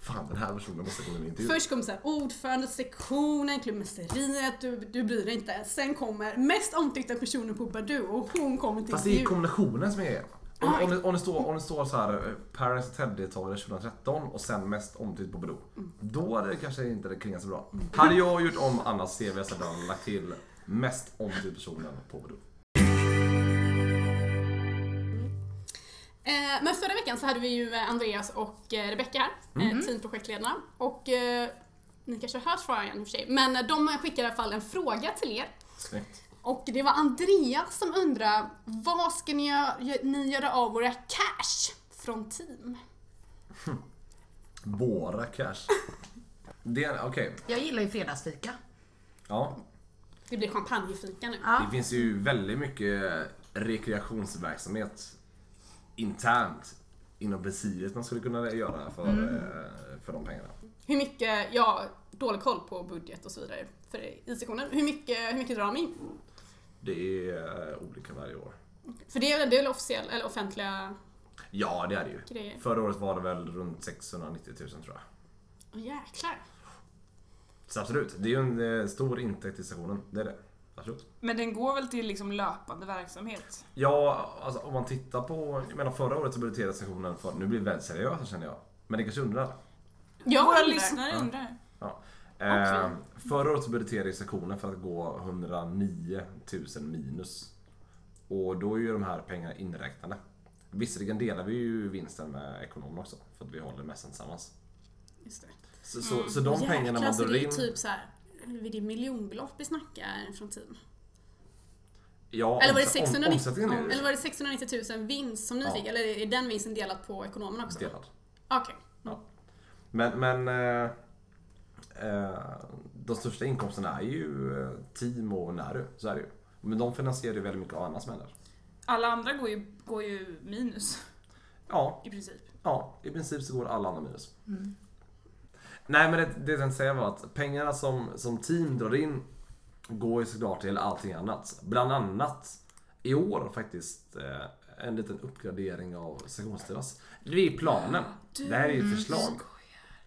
Fan den här personen måste komma med i intervju.
Först kommer så här, ordförande sektionen, klubbmästeriet, du, du bryr dig inte. Sen kommer mest omtyckta personen på Badoo och hon kommer till
Fast det är
intervju.
kombinationen som är grejen. Om, om, det, om, det står, om det står så här eh, Paris Ted-deltagare 2013 och sen mest omtyckt på Badoo. Då hade det kanske inte det klingat så bra. Hade jag gjort om Annas CV så hade jag lagt till mest omtyckt personen på Badoo.
Eh, men förra veckan så hade vi ju eh, Andreas och eh, Rebecka här,
Mhm.
mm. teamprojektledarna. Och eh, ni kanske har hört frågan i och för sig, men eh, de skickade i alla fall en fråga till er.
Snyggt.
Och det var Andreas som undrade, vad ska ni, gö- ni göra av våra cash från team?
Våra cash. Det, okej,
Jag gillar ju fredagsfika.
ja.
Det blir champagnefika nu.
Ja.
Det finns ju väldigt mycket rekreationsverksamhet internt inom presidiet man skulle kunna göra för, eh, för de pengarna.
Hur mycket, jag har dålig koll på budget och så vidare för I-sektionen. Hur mycket, hur mycket drar de in?
Det är eh, olika varje år.
För det är väl, det är väl officiell, eller offentliga
Ja, det är det ju.
grejer?
Förra året var det väl runt 690 000 tror jag.
Åh jäklar.
Så absolut, det är ju en eh, stor intäkt till stationen. Det är det. Absolut.
Men den går väl till liksom löpande verksamhet?
Ja, alltså om man tittar på... Jag menar förra året så budgeterade stationen för... Nu blir vi väldigt seriösa känner jag. Men det kanske undrar.
Jag
Våra
undrar.
lyssnare undrar.
Eh, förra året så budgeterade stationen för att gå 109 000 minus. Och då är ju de här pengarna inräknade. Visserligen delar vi ju vinsten med ekonomen också. För att vi håller mässan tillsammans.
Just det.
Så, så, så de pengarna man
Mm. så
drar
det
in...
är typ så här, är det miljonbelopp vi snackar från tiden?
Ja,
Eller var det
omsa- om-
690,
omsättningen är ju
eller var det 690 000 vinst som ni
Ja.
fick? Eller är den vinsten delat på ekonomerna också?
delad.
Okej.
Men, men eh, eh, de största inkomsterna är ju eh, team och Näru, så är det ju. Men de finansierar ju väldigt mycket av annat som händer.
Alla andra går ju, går ju minus
Ja,
i princip.
ja, i princip så går alla andra minus. Nej men det, det jag tänkte säga var att pengarna som, som team drar in går ju såklart till allting annat. Bland annat i år faktiskt eh, en liten uppgradering av sektionsterrass. Det är planen. Det här är ju förslag.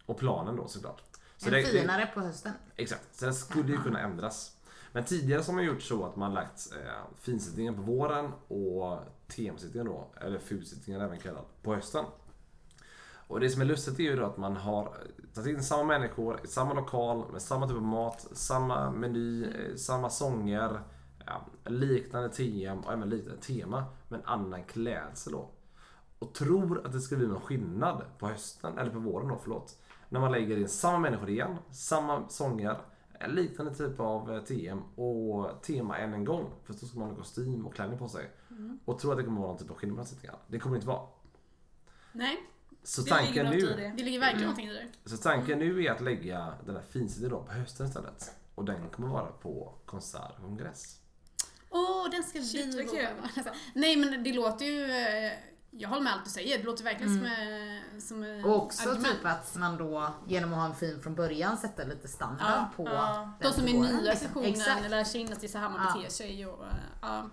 Och planen då såklart. Så
En
det- det-
finare på hösten.
Exakt, så det skulle ju kunna ändras. Men tidigare så har man gjort så att man lagt eh, finsittningen på våren och temsittningen då, eller fusittningen även kallad, på hösten. Och det som är lustigt är ju då att man har tagit in samma människor i samma lokal med samma typ av mat, samma meny, eh, samma sånger, ja, liknande tem och även liknande tema men annan klädsel då. Och tror att det ska bli någon skillnad på hösten, eller på våren då, förlåt. När man lägger in samma människor igen, samma sånger, en liknande typ av eh, TM och tema än en gång. För då ska man ha kostym och klänning på sig.
Mm.
Och tror att det kommer vara någon typ av skillnad på sittningarna. Det kommer det inte vara.
Nej,
Så
Det ligger
tanken
något
nu...
i det.
det ligger verkligen någonting i det.
Så tanken nu är att lägga den här finsittiga då på hösten istället. Och den kommer vara på konsert och kongress.
Åh, den ska
Shit,
vi
vad
gå på. Nej men det låter ju, eh, jag håller med allt du säger, det låter verkligen som, eh, som eh,
Och också
argument.
typ att man då genom att ha en fin från början sätter lite standard
Ja,
på
ja.
De
den
som är
våren,
nya i
liksom.
sektionen
Exakt.
lär sig in att det är så här man
Ja.
beter sig. Och, eh, ja.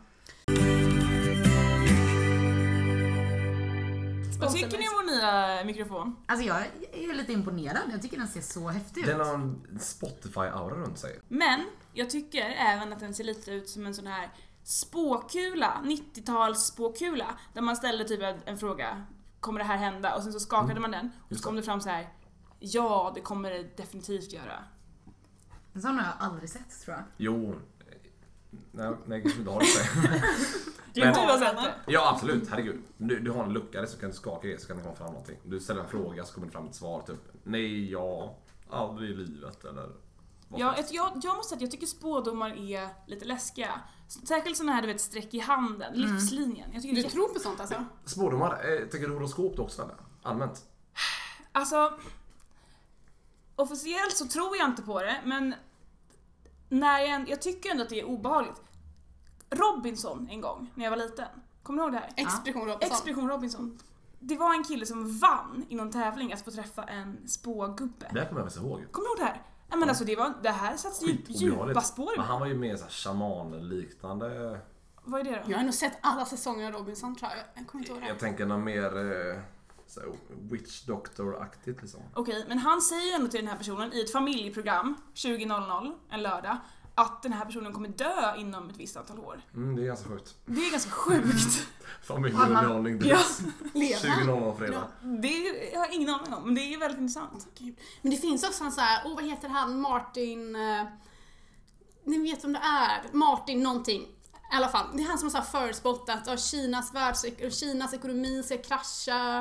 Vad tycker ni om vår nya mikrofon?
Alltså jag är lite imponerad. Jag tycker den ser så häftig ut.
Den har en Spotify-aura runt sig.
Men jag tycker även att den ser lite ut som en sån här spåkula, 90-tals spåkula. Där man ställde typ en, en fråga, kommer det här hända? Och sen så skakade man den och
Mm. Just
så kom
det.
det fram så här. ja det kommer det definitivt göra.
En sån har jag aldrig sett tror jag.
Jo... eh, Nej, nej kanske inte har det sig.
Du
Men-
har sett det.
Ja absolut, herregud. Du, du har en lucka där så kan du skaka i så kan det komma fram någonting. Du ställer en fråga så kommer det fram ett svar typ. Nej, ja, aldrig i livet eller... vad
Ja,
som helst.
ett, jag, jag måste säga att jag tycker spådomar är lite läskiga. Särskilt sådana här du vet, streck i handen,
Mm.
livslinjen. Jag tycker det
Du
är jätte...
tror på sånt alltså?
Spådomar, eh, tänker du horoskop då också eller? Allmänt?
Alltså, officiellt så tror jag inte på det, men när jag, än- jag tycker ändå att det är obehagligt. Robinson en gång, när jag var liten. Kommer du ihåg det här?
Expedition Robinson.
Expedition Robinson. Det var en kille som vann i någon tävling att få träffa en spågubbe.
Det här kommer jag faktiskt ihåg.
Kommer du ihåg det här? Ja, men alltså det, var, det här satte djup,
Skitobehagligt.
djupa spår i
Men
mig.
han var ju mer såhär shaman-liknande
Vad är det då?
Jag har nog sett alla säsonger av Robinson tror jag. Jag kommer inte ihåg det.
Jag tänker något mer eh, så här, witch doctor-aktigt liksom.
Okej, men han säger ju ändå till den här personen i ett familjeprogram 20.00 en lördag att den här personen kommer dö inom ett visst antal år.
Mm, det är ganska sjukt.
Det är ganska sjukt.
Familjeunderhållning
Ja,
direkt. 20.00 på fredag.
det jag har jag ingen aning om, men det är väldigt intressant.
Gud. Men det finns också en så här, oh, vad heter han, Martin... Eh, ni vet vem det är? Martin någonting. I alla fall, det är han som har så här förutspått att ja, Kinas, världsek- Kinas ekonomi ska krascha,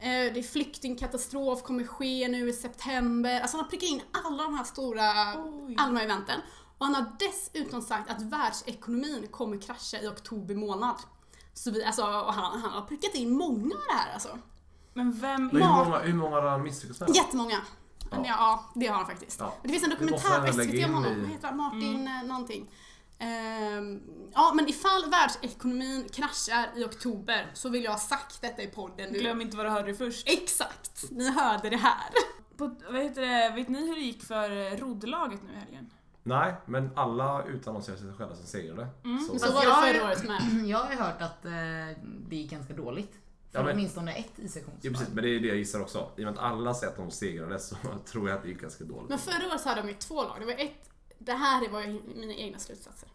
eh, det är flyktingkatastrof kommer ske nu i september. Alltså han har prickat in alla de här stora,
Oj.
alla de här eventen. Och han har dessutom sagt att världsekonomin kommer krascha i oktober månad. Så vi, alltså, och han, han har prickat in många av det här alltså.
Men vem
Men
är...
Mat.
hur många, hur många har han misslyckats med?
Jättemånga. Ja.
Ja.
ja, det har han faktiskt.
Ja.
Det finns en
Det måste
dokumentär
han
på
lägga
SVT om
in
honom,
i-
vad heter han? Martin mm. någonting. Ehm, ja, men ifall världsekonomin kraschar i oktober så vill jag ha sagt detta i podden nu.
Glöm inte vad du hörde först.
Exakt! Ni hörde det här.
På, vad heter det, vet ni hur det gick för eh, roddlaget nu i helgen?
Nej, men alla utannonserar sig själva som segrare.
Mm.
Så,
Så var
jag
det
har-
förra året med.
Jag har ju hört att eh, det gick ganska dåligt. För
Ja, men-
åtminstone ett i sektions.
ja, precis, men det är det jag gissar också. I och med att alla säger att de segrade så tror jag att det gick ganska dåligt.
Men förra året så hade de ju två lag. Det var ett... Det här var ju mina egna slutsatser.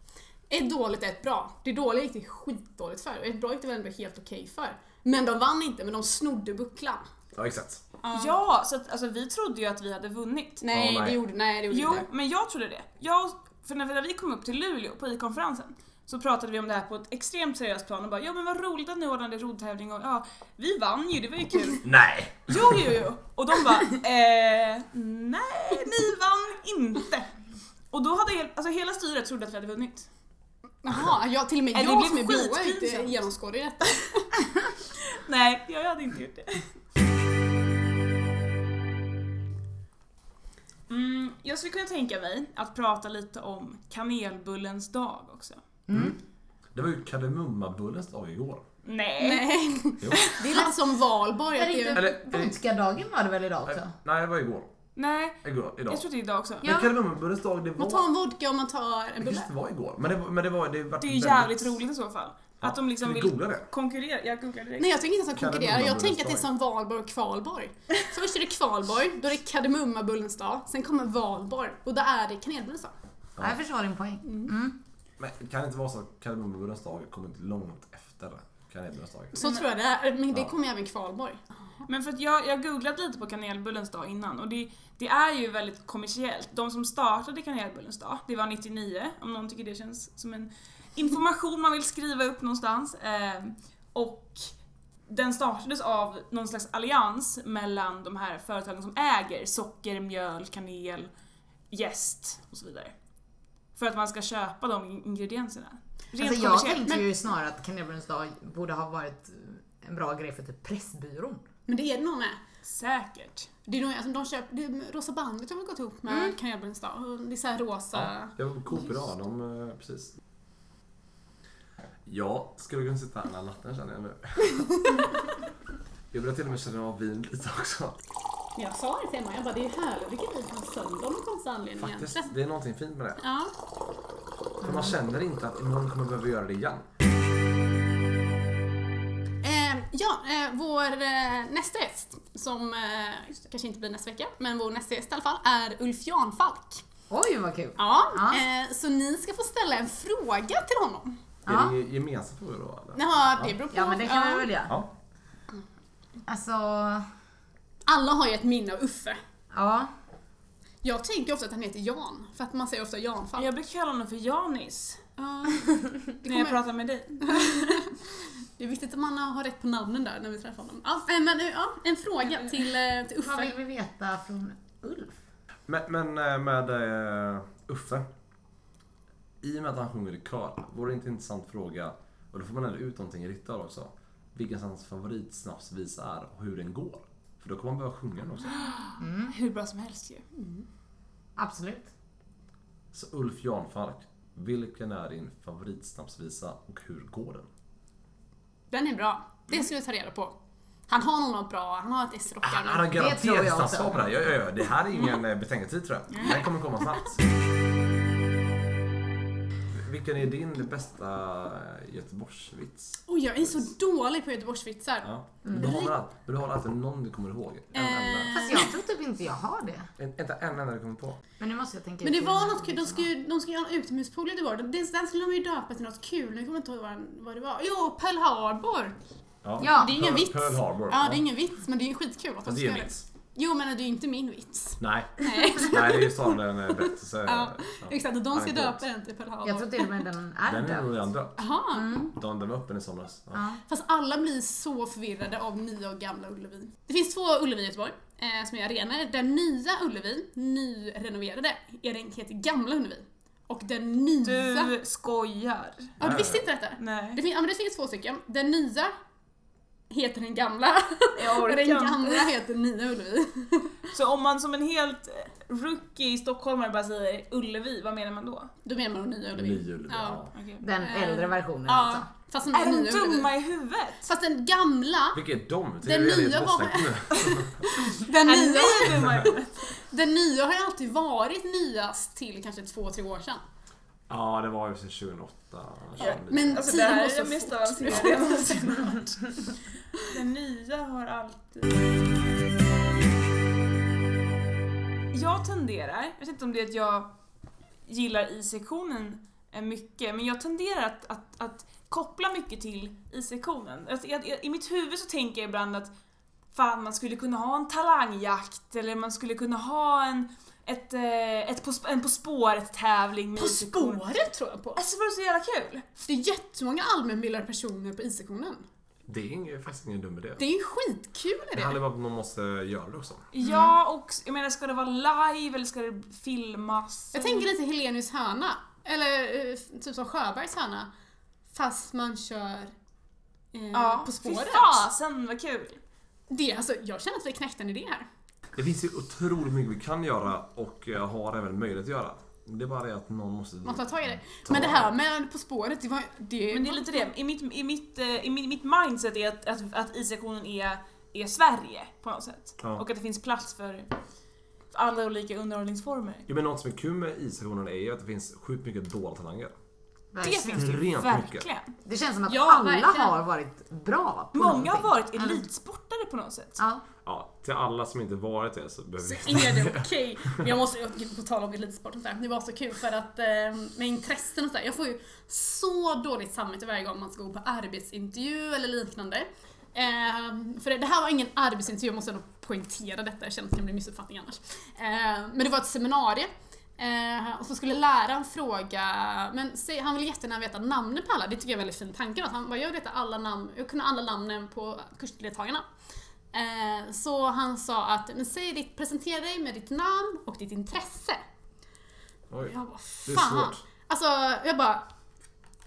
Ett dåligt, ett bra. Det dåliga gick det skitdåligt för och ett bra gick det väl ändå helt okej för. Men de vann inte, men de snodde bucklan.
Ja, exakt.
Ja, så att, alltså, vi trodde ju att vi hade vunnit.
Nej,
Ja, nej.
det gjorde, nej, det gjorde
Jo,
inte.
men jag trodde det. Jag, för när vi- när vi kom upp till Luleå på i-konferensen så pratade vi om det här på ett extremt seriöst plan och bara ja men vad roligt att ni ordnade roddtävling och ja, vi vann ju, det var ju kul.
Nej!
Jo, jo, jo. Och de bara, eh, nej, ni vann inte. Och då hade hel, alltså hela styret trodde att vi hade vunnit.
Jaha, jag, till och med
Nej, det
jag
blev
som är blåa inte
skitpinsamt.
genomskådar ju detta.
Nej, jag hade inte gjort det. Mm, jag skulle kunna tänka mig att prata lite om kanelbullens dag också.
Det var ju kardemummabullens dag igår.
Nej.
Nej.
Jo.
Det är lite som valborg.
Är
Att
det
det,
Eller-
inte vodkadagen var det väl idag också?
Nej, det var igår.
Nej,
igår idag.
jag tror det är idag också.
Ja.
Men kardemummabullens dag, det var...
man tar en vodka och man tar en
Det
bulle.
kanske inte var igår. Men det, var- men det var... Det, var
Det är ju jävligt roligt i så fall. Att de liksom
Ska vi
vill
googla det?
konkurrera. Jag googlar direkt.
Nej jag tänker inte ens att konkurrera, jag
Kardemummabullens
tänker att det är som valborg och kvalborg. Först är det kvalborg, då är det kardemummabullens dag, sen kommer valborg och då är det kanelbullens dag.
Ja. Jag förstår din poäng. Mm.
Men kan det inte vara så att kardemummabullens dag kommer inte långt efter kardemummabullens dag?
Så tror jag det är, men det
Ja.
kommer ju även kvalborg.
Men för att jag, jag googlat lite på kanelbullens dag innan och det, det är ju väldigt kommersiellt. De som startade kanelbullens dag, det var 99 om någon tycker det känns som en information man vill skriva upp någonstans. Eh, och den startades av någon slags allians mellan de här företagen som äger socker, mjöl, kanel, jäst och så vidare. För att man ska köpa de ingredienserna. Rent
Alltså, jag
kommersiellt.
tänkte ju snarare att kanelbullens dag borde ha varit en bra grej för typ Pressbyrån.
Men det är det nog med.
Säkert. Mm.
Det är nog alltså, de köper, det är, Rosa bandet har väl gått ihop med Mm. kanelbullens dag. Och Det är så här rosa.
Jag var på Coop idag, de... eh, Precis. Ja, ska vi kunna sitta här den här natten känner jag nu. jag börjar till och med känna av vin lite också.
Jag sa det till Emma, jag bara det är Halloween vi på söndag om en konstig anledning
Faktiskt,
egentligen.
det är någonting fint med det.
Ja.
För man känner inte att imorgon kommer jag behöva göra det igen.
Eh, ja, eh, vår eh, nästa gäst, som eh, kanske inte blir nästa vecka, men vår nästa gäst i alla fall, är Ulf Janfalk.
Oj vad kul!
Ja,
Ja.
Eh, så ni ska få ställa en fråga till honom.
Ja.
Är det en gemensam fråga då eller?
Jaha, det beror på.
Ja men det kan vi väl göra.
Ja.
Alltså,
Alla har ju ett minne av Uffe.
ja.
Jag tänker ofta att han heter Jan, för att man säger ofta Janfalk.
Jag brukar kalla honom för Janis
Ja,
när jag
kommer-
pratar med dig.
det är viktigt att man har rätt på namnen där när vi träffar honom. Ja, eh, men eh, ja, en fråga till, eh, till
Vad vill
Uffe.
vi veta från Ulf?
Men, men eh, med eh, Uffe. I och med att han sjunger i kör, vore det inte en intressant fråga, och då får man ändå ut någonting i ryttar också, vilken hans favoritsnapsvisa är och hur den går. För då kommer man behöva sjunga den också.
Mm.
Hur bra som helst ju.
Absolut.
Så Ulf Janfalk, vilken är din favoritsnapsvisa och hur går den?
Den är bra. Det ska vi ta reda på. Han har nog något bra, han har ett
Ah, Han
S-rockar.
har
tror jag
garanterat
också.
snabbt på det här. Ja, ja, ja. Det här är ingen eh, betänketid tror jag. Den kommer komma snabbt. Vilken är din bästa eh, Göteborgsvits?
Oj, jag är så dålig på göteborgsvitsar.
Ja.
Mm.
Du, har all, du har alltid någon du kommer ihåg. En
Eh.
enda.
Fast jag tror typ inte jag har det.
En, inte en enda du kommer på.
Men nu måste jag tänka
Men det
ut
var
hur-
något kul, de ska ju de ska göra en utomhuspool i Göteborg. Den, den skulle de ju döpa till något kul, jag kommer inte ihåg vad den- vad det var. Jo, Pearl Harbor!
Ja.
Det är ingen
Pearl-
vits.
Pearl Harbor,
Ja,
ja.
det är ingen vits, men det är skitkul att de
Fast
ska
det är
göra
en
det.
vits.
Jo, men det är ju inte min vits.
Nej.
Nej.
Nej, det är ju snarare en eh, berättelse.
ja, exakt, och de ska
Anekdot.
döpa den till Pearl
Jag tror
Harbor.
till och med den är
Den är nog
döpt.
redan döpt.
Jaha,
Den den var öppen i somras. Ja.
Ja.
fast alla blir så förvirrade av nya och gamla Ullevi. Det finns två Ullevi i Göteborg eh, som är arenor. Den nya Ullevi, nyrenoverade, är den heter Gamla Ullevi. Och den nya...
Du skojar.
Ja, du visste inte detta? Det,
Nej.
fin- ja, men det finns två stycken. Den nya heter den gamla.
Jag
Och
orkar
den
inte.
gamla heter Nya Ullevi.
Så om man som en helt eh, rookie stockholmare bara säger Ullevi, vad menar man då?
Då menar man Nya Ullevi.
Ny Ullevi, ja.
Okej.
Den
Eh,
äldre versionen
Ja,
alltså.
fast den
Är de
nya Ullevi.
dumma i huvudet?
Fast den gamla,
Vilka är de?
Den
Den nya
nya var-
var...
den
Är
nya,
ni dumma i huvudet?
den nya har ju alltid varit nyast till kanske två, tre år sedan.
Ja, det var ju sen 2008. 2009.
Men
Alltså det
tiden
här
går
är
så
det mest
fort.
avancerade jag någonsin hört. Den nya har alltid... Jag tenderar, jag vet inte om det är att jag gillar i-sektionen eh, mycket, men jag tenderar att, att, att koppla mycket till i-sektionen. Alltså, jag, jag, I mitt huvud så tänker jag ibland att fan, man skulle kunna ha en talangjakt eller man skulle kunna ha en, ett, eh, ett på, sp- en På spåret-tävling med
På
I-sektionen.
spåret tror jag på.
Alltså var det så jävla kul?
Det är jättemånga allmänbildade personer på isektionen.
Det är ingen, faktiskt ingen dum idé.
Det är ju skitkul
Det
idé.
handlar bara om att någon måste göra det också.
Mm.
Ja, och jag menar ska det vara live eller ska det filmas?
Jag tänker lite Helenius hörna. Eller eh, typ som Sjöbergs hörna. Fast man kör eh,
ja.
På spåret.
Fy fasen vad kul!
Det, är alltså, jag känner att vi knäckte en idé här.
Det finns ju otroligt mycket vi kan göra och eh, har även möjlighet att göra. Det är bara det att någon måste...
Man tar tag i det.
Ta-
Men det här med På spåret, det var det,
Men det är lite det, i mitt, i mitt, eh, i mitt, mitt mindset är att, att, att isektionen är, är Sverige på något sätt.
Ja.
Och att det finns plats för för alla olika underhållningsformer.
Jo, men något som är kul med isstationen är ju att det finns sjukt mycket dolda talanger.
Det
Verkligen.
finns det ju
Extremt
verkligen.
Det känns som att
Ja,
alla
verkligen.
har varit bra på
Många har
någonting.
varit elitsportare på något sätt.
Ja.
Ja, till alla som inte varit det så behöver vi...
Är det okej? Men Jag måste, jag- på tal om elitsport och sådär, det var så kul för att eh, med intressen och sådär, jag får ju så dåligt samvete varje gång man ska gå på arbetsintervju eller liknande. Eh, för det, det här var ingen arbetsintervju, jag måste ändå poängtera detta, jag känner att det kan bli missuppfattning annars. Eh, men det var ett seminarium eh, och så skulle läraren fråga, men säg, han ville jättegärna veta namnen på alla, det tycker jag är en väldigt fin tanke. då, Att han bara, jag vill veta alla namn, jag kunde alla namnen på kursdeltagarna. Eh, Så han sa att, men säg ditt, presentera dig med ditt namn och ditt intresse.
Oj,
Jag bara,
det är
fan.
svårt.
Alltså, jag bara,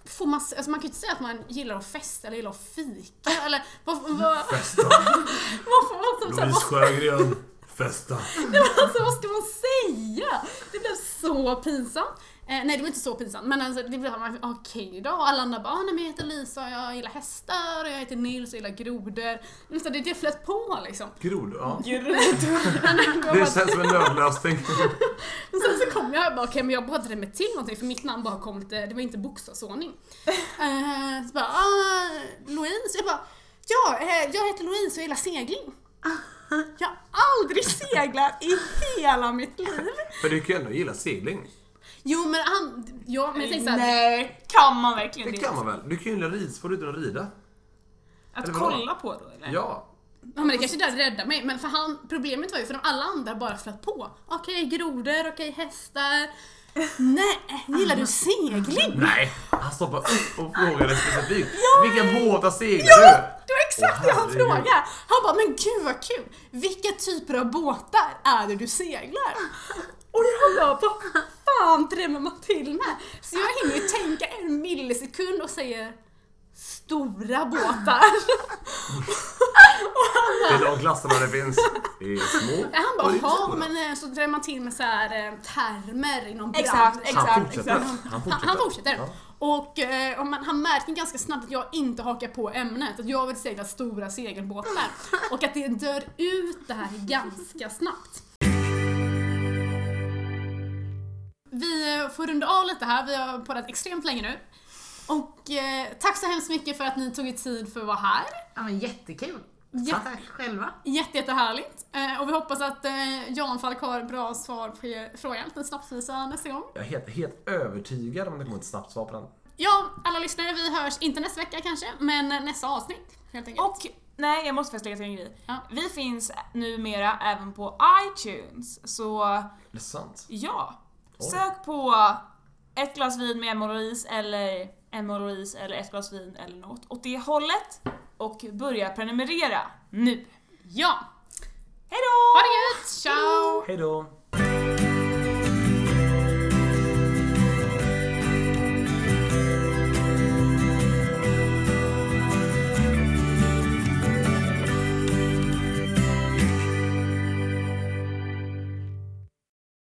får man, alltså man kan ju inte säga att man gillar att festa eller gillar att fika eller vad, vad, vad,
Festa!
vad, vad, vad, vad,
Louise Sjögren! Festa!
Alltså vad ska man säga? Det blev så pinsamt. Eh, nej det var inte så pinsamt men alltså, det blev man, okej då. Och alla andra bara, ah, nej, men jag heter Lisa och jag gillar hästar och jag heter Nils och jag gillar grodor. Men Så det, det flöt på liksom.
Grodor, ja.
Jag
Det
bara,
känns som en nödlösning.
Men sen så kom jag och bara, okej men jag bad mig till någonting för mitt namn bara kom lite, det var inte bokstavsordning. Eh, så bara, ah, Louise. Jag bara, ja, eh, jag heter Louise och jag gillar segling. Jag har aldrig seglat i hela mitt liv.
För du kan ju ändå gilla segling.
Jo men han, ja men jag tänkte såhär,
Nej, kan man verkligen
Det kan man väl? Du kan ju gilla ridsport utan att rida.
Att
Eller vadå?
kolla på då eller?
Ja.
ja men det kanske där räddade mig. Men för han, problemet var ju för de alla andra bara flöt på. Okej grodor, okej hästar. Nej, gillar du segling?
Nej! Han stoppade upp och frågade specifikt. Vilka båtar seglar du?
Det var exakt
Åh,
det han
herregud.
frågade! Han bara, men gud vad kul! Vilka typer av båtar är det du seglar? Och jag bara, vad fan drämmer man till med? Så jag hinner ju tänka en millisekund och säger Stora båtar!
Det är de klasserna det finns. Det är små
Han
och
bara,
det är
jaha,
stora.
men eh, så drämmer man till med så här eh, termer inom bransch.
Exakt,
Han
exakt,
fortsätter.
exakt.
Han
Han,
fortsätter.
han fortsätter.
Ja.
Och, eh, och man, han märker ganska snabbt att jag inte hakar på ämnet, att jag vill segla stora segelbåtar. Och att det dör ut det här ganska snabbt. Vi eh, får runda av lite här, vi har poddat extremt länge nu. Och eh, tack så hemskt mycket för att ni tog er tid för att vara här.
ja, men jättekul.
Ja.
Tack själva.
Jätte, jättehärligt. Eh, och vi hoppas att eh, Jan Falk har bra svar på er fråga, en liten snapsvisa nästa gång.
Jag är helt, helt övertygad om att det kommer ett snabbt svar på den.
Ja, alla lyssnare, vi hörs inte nästa vecka kanske, men nästa avsnitt helt enkelt.
Och nej, jag måste faktiskt lägga till en grej.
Ja.
Vi finns numera även på iTunes, så
Det är sant.
ja.
Oj.
Sök på ett glas vin med en Moloris eller en Moloris eller ett glas vin eller något åt det hållet och börja prenumerera nu.
Ja,
Hejdå!
ha det gött! Ciao!
Hej då!